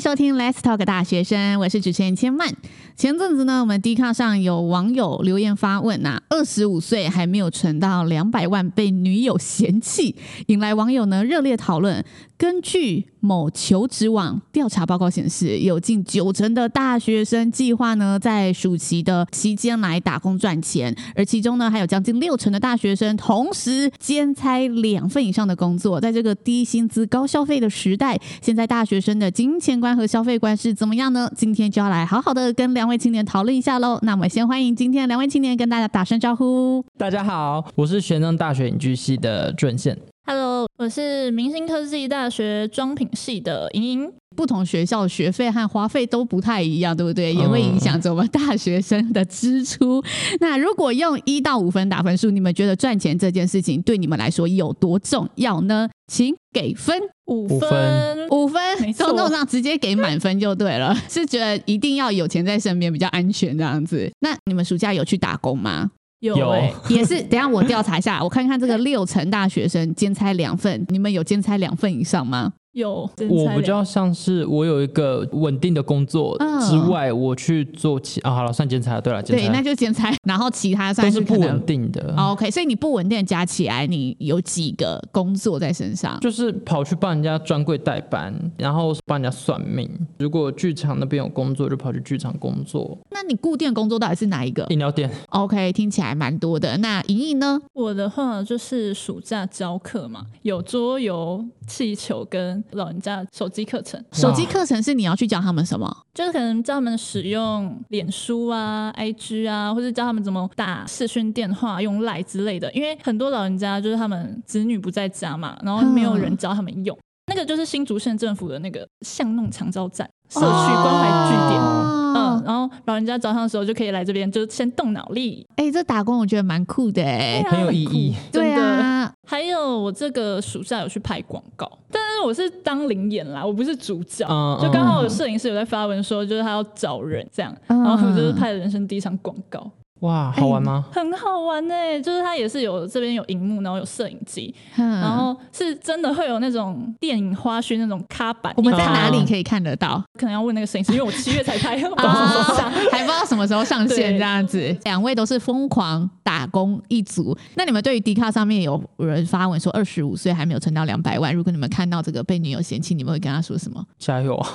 收听 Let's Talk 大学生，我是主持人千曼。前阵子呢，我们 d 抗上有网友留言发问呐、啊，二十五岁还没有存到两百万，被女友嫌弃，引来网友呢热烈讨论。根据某求职网调查报告显示，有近九成的大学生计划呢在暑期的期间来打工赚钱，而其中呢还有将近六成的大学生同时兼差两份以上的工作。在这个低薪资高消费的时代，现在大学生的金钱观和消费观是怎么样呢？今天就要来好好的跟两位青年讨论一下喽。那我们先欢迎今天的两位青年跟大家打声招呼。大家好，我是玄奘大学影剧系的俊宪。 Hello，我是明星科技大学妆品系的莹莹。不同学校学费和花费都不太一样，对不对？也会影响着我们大学生的支出。那如果用一到五分打分数，你们觉得赚钱这件事情对你们来说有多重要呢？请给分五分分，五分没，错通通上直接给满分就对了。 是觉得一定要有钱在身边比较安全这样子。那你们暑假有去打工 吗？有有欸也是，等一下我调查一下，我看看这个六成大学生兼差两份，你们有兼差两份以上吗？有，嗯我比较像是我有一个稳定的工作嗯之外，我去做其啊，好了，算兼差了。对了，兼对，差那就兼差，然后其他都算是可不能稳定的，哦 OK，所以你不稳定的加起来，你有几个工作在身上？就是跑去帮人家专柜代班，然后帮人家算命。如果剧场那边有工作，就跑去剧场工作。那你固定的工作到底是哪一个嗯饮料店， ？OK，听起来蛮多的。那莹莹呢？我的话就是暑假教课嘛，有桌游、气球跟老人家手机课程，手机课程是你要去教他们什么？就是可能教他们使用脸书啊、IG 啊，或者教他们怎么打视讯电话、用赖之类的。因为很多老人家就是他们子女不在家嘛，然后没有人教他们用。那个就是新竹县政府的那个巷弄长照站社区关怀据点。哦嗯，然后老人家早上的时候就可以来这边，就是先动脑力，哎、这打工我觉得蛮酷的哎、对啊很有意义。酷对啊，还有我这个暑假有去拍广告，但是我是当零演啦，我不是主角，嗯就刚好有摄影师有在发文说，就是他要找人这样，嗯然后我就是拍了人生第一场广告，哇，好玩吗？很好玩呢、就是他也是有这边有荧幕，然后有摄影机，嗯然后是真的会有那种电影花絮那种卡板，我们在一卡哪里可以看得到？可能要问那个摄影师，因为我七月才拍，不知道什么时 候啊上，还不知道什么时候上线哦对这样子。两位都是疯狂打工一族，那你们对于迪卡上面有人发文说二十五岁还没有存到两百万，如果你们看到这个被女友嫌弃，你们会跟他说什么？ 加油啊！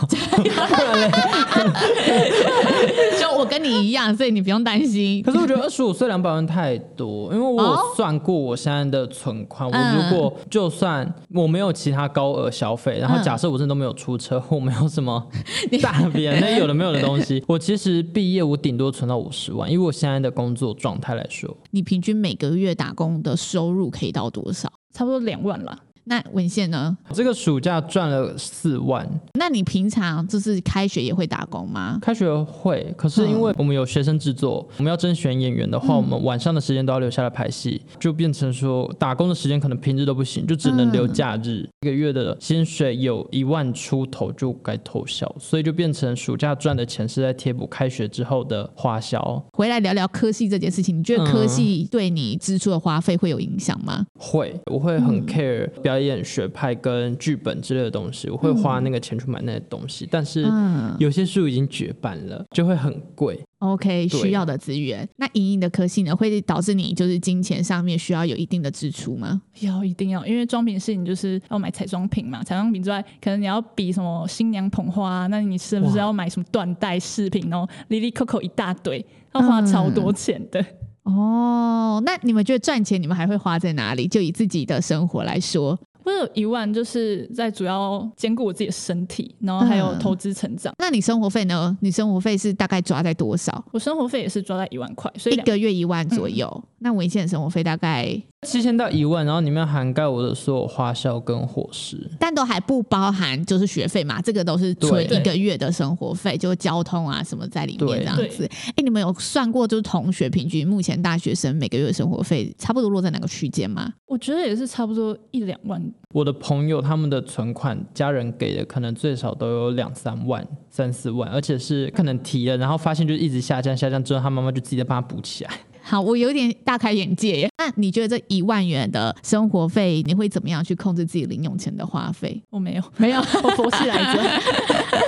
就我跟你一样，所以你不用担心可。是我觉得二十五岁两百万太多，因为我有算过我现在的存款，哦嗯我如果就算我没有其他高额消费，然后嗯假设我真的都没有出车祸，没有什 么大便那有的没有的东西， 我其实毕业我顶多存到五十万，因为我现在的工作状态来说，你平均每个月打工的收入可以到多少？差不多两万啦。那文献呢？这个暑假赚了四万，那你平常就是开学也会打工吗？开学会，可是因为我们有学生制作，我们要甄选演员的话，我们晚上的时间都要留下来排戏，就变成说打工的时间可能平日都不行，就只能留假日。一个月的薪水有一万出头就该投销，所以就变成暑假赚的钱是在贴补开学之后的花销。回来聊聊科系这件事情，你觉嗯得科系对你支出的花费会有影响吗？会，我会很 care 表演学派跟剧本之类的东西，我会花那个钱去买那些东西，但是嗯有些书已经绝版了，就会很贵。 ，OK，对需要的资源。那莹莹的科系呢，会导致你就是金钱上面需要有一定的支出吗？要一定要，因为妆品是你就是要买彩妆品嘛，彩妆品之外，可能你要比什么新娘捧花、啊那你是不是哇要买什么缎带饰品哦，里里扣扣一大堆，要花嗯超多钱的。哦，那你们觉得赚钱，你们还会花在哪里？就以自己的生活来说，我有一万，就是在主要兼顾我自己的身体，然后还有嗯投资成长。那你生活费呢？你生活费是大概抓在多少？我生活费也是抓在一万块，所以一两个月一万左右。那文献生活费大概，期限到一万，然后里面涵盖我的所有花销跟伙食。但都还不包含就是学费嘛，这个都是存对一个月的生活费，就是交通啊什么在里面对这样子。哎、你们有算过就是同学平均目前大学生每个月的生活费差不多落在哪个区间吗？我觉得也是差不多一两万。我的朋友他们的存款，家人给的可能最少都有两三万、三四万，而且是可能提了，然后发现就一直下降，下降之后，他妈妈就自己再帮他补起来。好，我有点大开眼界耶。那你觉得这一万元的生活费，你会怎么样去控制自己零用钱的花费？我没有，没有，我佛系来着。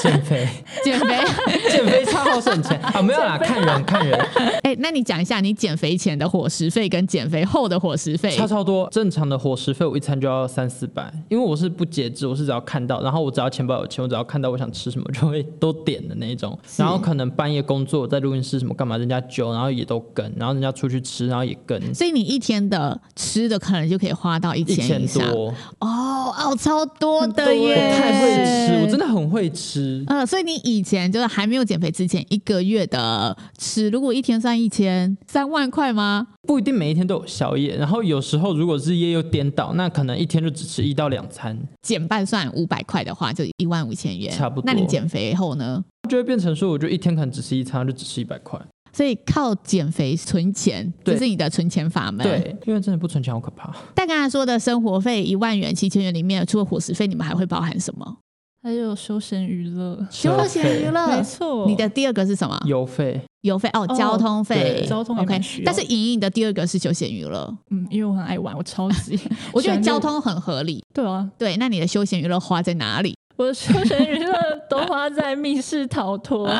减肥， 减肥。 减肥超好省钱啊！没有啦，看人看人，哎、那你讲一下你减肥前的伙食费跟减肥后的伙食费差超多。正常的伙食费我一餐就要三四百，因为我是不节制，我是只要看到，然后我只要钱包有钱，我只要看到我想吃什么就会都点的那一种。然后可能半夜工作在录音室什么干嘛，人家酒然后也都跟，然后人家出去吃然后也跟，所以你一天的吃的可能就可以花到一一千千以上多，哦哦，超多的欸我耶！太会吃，我真的很会吃。呃，所以你以前就是还没有减肥之前，一个月的吃，如果一天算一千，三万块吗？不一定每一天都有宵夜，然后有时候如果日夜又颠倒，那可能一天就只吃一到两餐，减半算五百块的话，就一万五千元，差不多那你减肥后呢？就会变成说，我就一天可能只吃一餐，就只吃一百块。所以靠减肥存钱，这对是你的存钱法门。，对，因为真的不存钱好可怕。但刚才说的生活费一万元、七千元里面，除了伙食费，你们还会包含什么？还有休闲娱乐，休闲娱乐没。错，呃你的第二个是什么？油费，油费哦，哦交通费，对交通也 OK 蛮需。要但是莹莹的第二个是休闲娱乐，，嗯，因为我很爱玩，我超级 我觉得喜交欢这通个很合理。对啊，对，那你的休闲娱乐花在哪里？我的休闲娱乐都花在密室逃 脱，然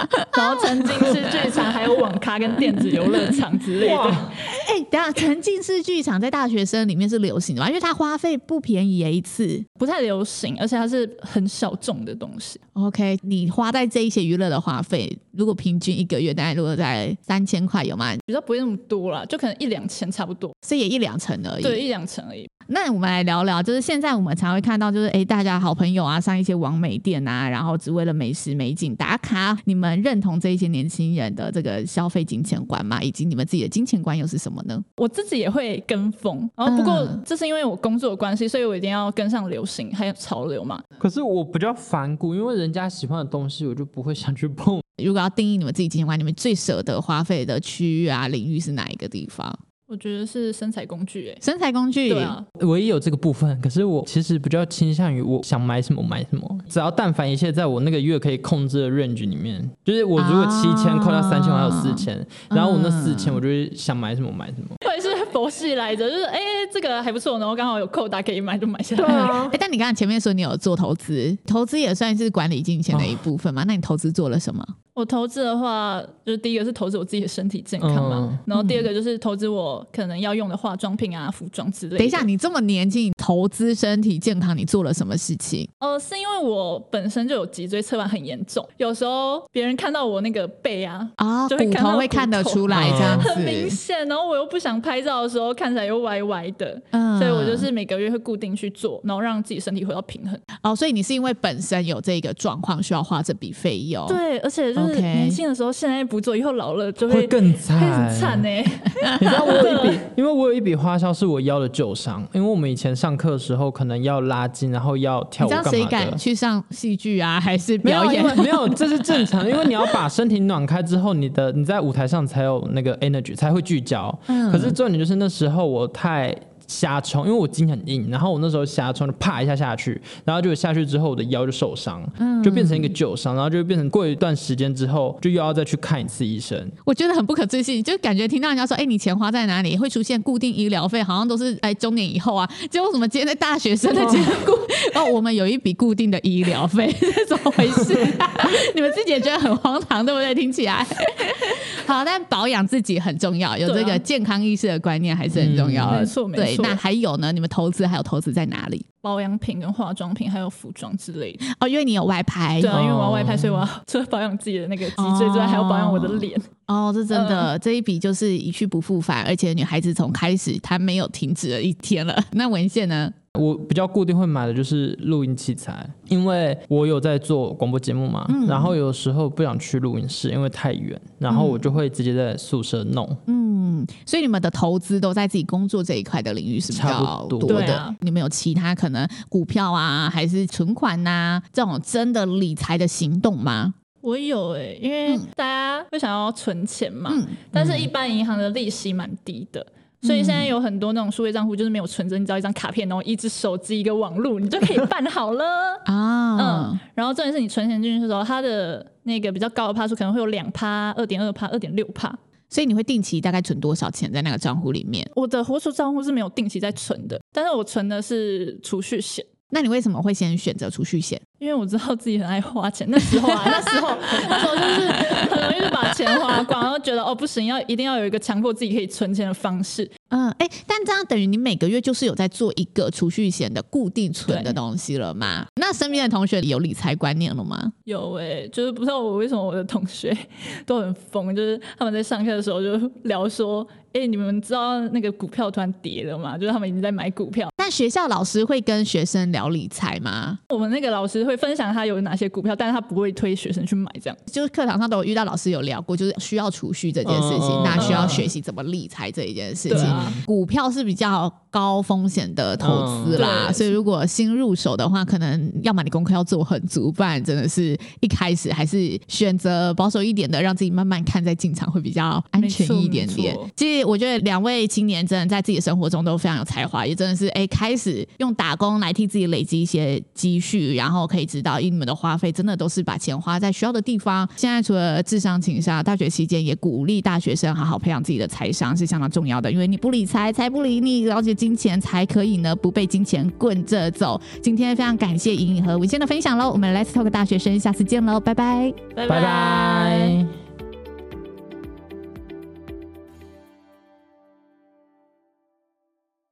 后沉浸式剧场，还有网咖跟电子游乐场之类的。哇，哎、等一 下，沉浸式剧场在大学生里面是流行的吧？因为它花费不便宜耶，一次。不太流行，而且它是很小众的东西。 OK，你花在这一些娱乐的花费，如果平均一个月大概落在三千块有吗？比较不会那么多啦，就可能一两千差不多，这也一两成而已。对，一两千而已。那我们来聊聊，就是现在我们常会看到，就是诶，大家好朋友啊，上一些网美店啊，然后只为了美食美景打卡。你们认同这一些年轻人的这个消费金钱观吗？以及你们自己的金钱观又是什么呢？我自己也会跟风，然后不过嗯这是因为我工作的关系，所以我一定要跟上流行还有潮流嘛。可是我比较反骨，因为人家喜欢的东西，我就不会想去碰。 如果要定义你们自己金钱观，你们最舍得花费的区域啊、领域是哪一个地方？我觉得是身材工具、欸，身材工具，对啊，我也有这个部分，可是我其实比较倾向于我想买什么买什么，只要但凡一切在我那个月可以控制的 range 里面，就是我如果啊七千扣掉三千，我还有四千，然后我那嗯四千，我就会想买什么买什么。或者是佛系来着，就是哎、这个还不错，然后刚好有扣打可以买就买下来。 哎、但你刚才前面说你有做投资，投资也算是管理金钱的一部分嘛？那你投资做了什么？我投资的话，就是第一个是投资我自己的身体健康嘛，嗯然后第二个就是投资我可能要用的化妆品啊、服装之类的。等一下，你这么年轻，你投资身体健康，你做了什么事情？哦、是因为我本身就有脊椎侧弯很严重，有时候别人看到我那个背啊。啊，就会骨看头到会骨看得头出来这样嗯子，很 明显，然后我又不想拍照的时候看起来又歪歪的，嗯所以我就是每个月会固定去做，然后让自己身体回到平衡。哦，所以你是因为本身有这个状况，需要花这笔费用。，对，而且就是 OK 年轻的时候现在不做，以后老了就会会更会惨，很惨欸呢、你知道我有一笔，因为我有一笔花销是我腰的旧伤，因为我们以前上课的时候可能要拉筋，然后要跳你知舞道干嘛谁的敢。去上戏剧啊，还是没有表，因演？为没有，这是正常的，因为你要把身体暖开之后，你的你在舞台上才有那个 energy，才会聚焦。可是重点就是那时候我太瞎冲，因为我筋很硬，然后我那时候瞎冲就啪一下下去，然后就下去之后我的腰就受伤，就变成一个旧伤，然后就变成过一段时间之后就又要再去看一次医生。我觉得很不可置信，就感觉听到人家说：“哎、你钱花在哪里？”会出现固定医疗费，好像都是哎中年以后啊。结果怎么今天在大学生的结 果 哦，我们有一笔固定的医疗费，是怎么回事、啊你们自己也觉得很荒唐，对不对？听起来 好，但保养自己很重要，有对这啊个健康意识的观念还是很重要的。嗯没错没对，错那还有呢？你们投资还有投资在哪里？ 保养品跟化妆品还有服装之类的，哦，因为你有外拍，对啊，因为我要哦外拍，所以我要除了保养自己的那个脊椎之外，还要保养我的脸。哦，这真的、嗯这一笔就是一去不复返，而且女孩子从开始她没有停止的一天了。 那文献呢？我比较固定会买的就是录音器材，因为我有在做广播节目嘛，然后有时候不想去录音室，因为太远，然后我就会直接在宿舍弄。所以你们的投资都在自己工作这一块的领域是比差较不多多的。对啊你们有其他可能股票啊，还是存款呐、这种真的理财的行动吗？我有哎、因为大家会想要存钱嘛，但是一般银行的利息蛮低的。所以现在有很多那种数位账户，就是没有存折，你只要一张卡片，然后一只手机一个网路，你就可以办好了。 啊，嗯，然后重点是你存钱进去的时候，它的那个比较高的趴数可能会有两趴、二点二趴、二点六趴。所以你会定期大概存多少钱在那个账户里面？我的活储账户是没有定期在存的，但是我存的是储蓄险，那你为什么会先选择储蓄 险？因为我知道自己很爱花钱，那时候啊，那时候那时候就是 很容易就把钱花光，然后觉得哦不行，要一定要有一个强迫自己可以存钱的方式。嗯，哎、但这样等于你每个月就是有在做一个储蓄险的固定存的东西了嘛？那身边的同学有理财观念了吗？有诶、就是不知道我为什么我的同学都很疯，就是他们在上课的时候就聊说，哎、你们知道那个股票突然跌了吗？就是他们已经在买股票。但学校老师会跟学生聊理财吗？我们那个老师会分享他有哪些股票，但是他不会推学生去买这样。就是课堂上都有遇到老师有聊过，就是需要储蓄这件事情，嗯那需要学习怎么理财这一件事对情。啊，股票是比较高风险的投资啦，嗯对所以如果新入手的话，可能要么你功课要做很足，不然真的是一开始还是选择保守一点的，让自己慢慢看再进场会比较安全一点点没错没错。其实我觉得两位青年真的在自己的生活中都非常有才华，也真的是哎、开始用打工来替自己累积一些积蓄，然后可以知道，因为你们的花费真的都是把钱花在需要的地方。现在除了智商情商，大学期间也鼓励大学生好好培养自己的财商是相当重要的，因为你不理财，财不理你，了解金钱才可以呢不被金钱棍着走。今天非常感谢莹莹和文先的分享喽，我们 Let's Talk 大学生下次见喽，拜拜。拜拜拜。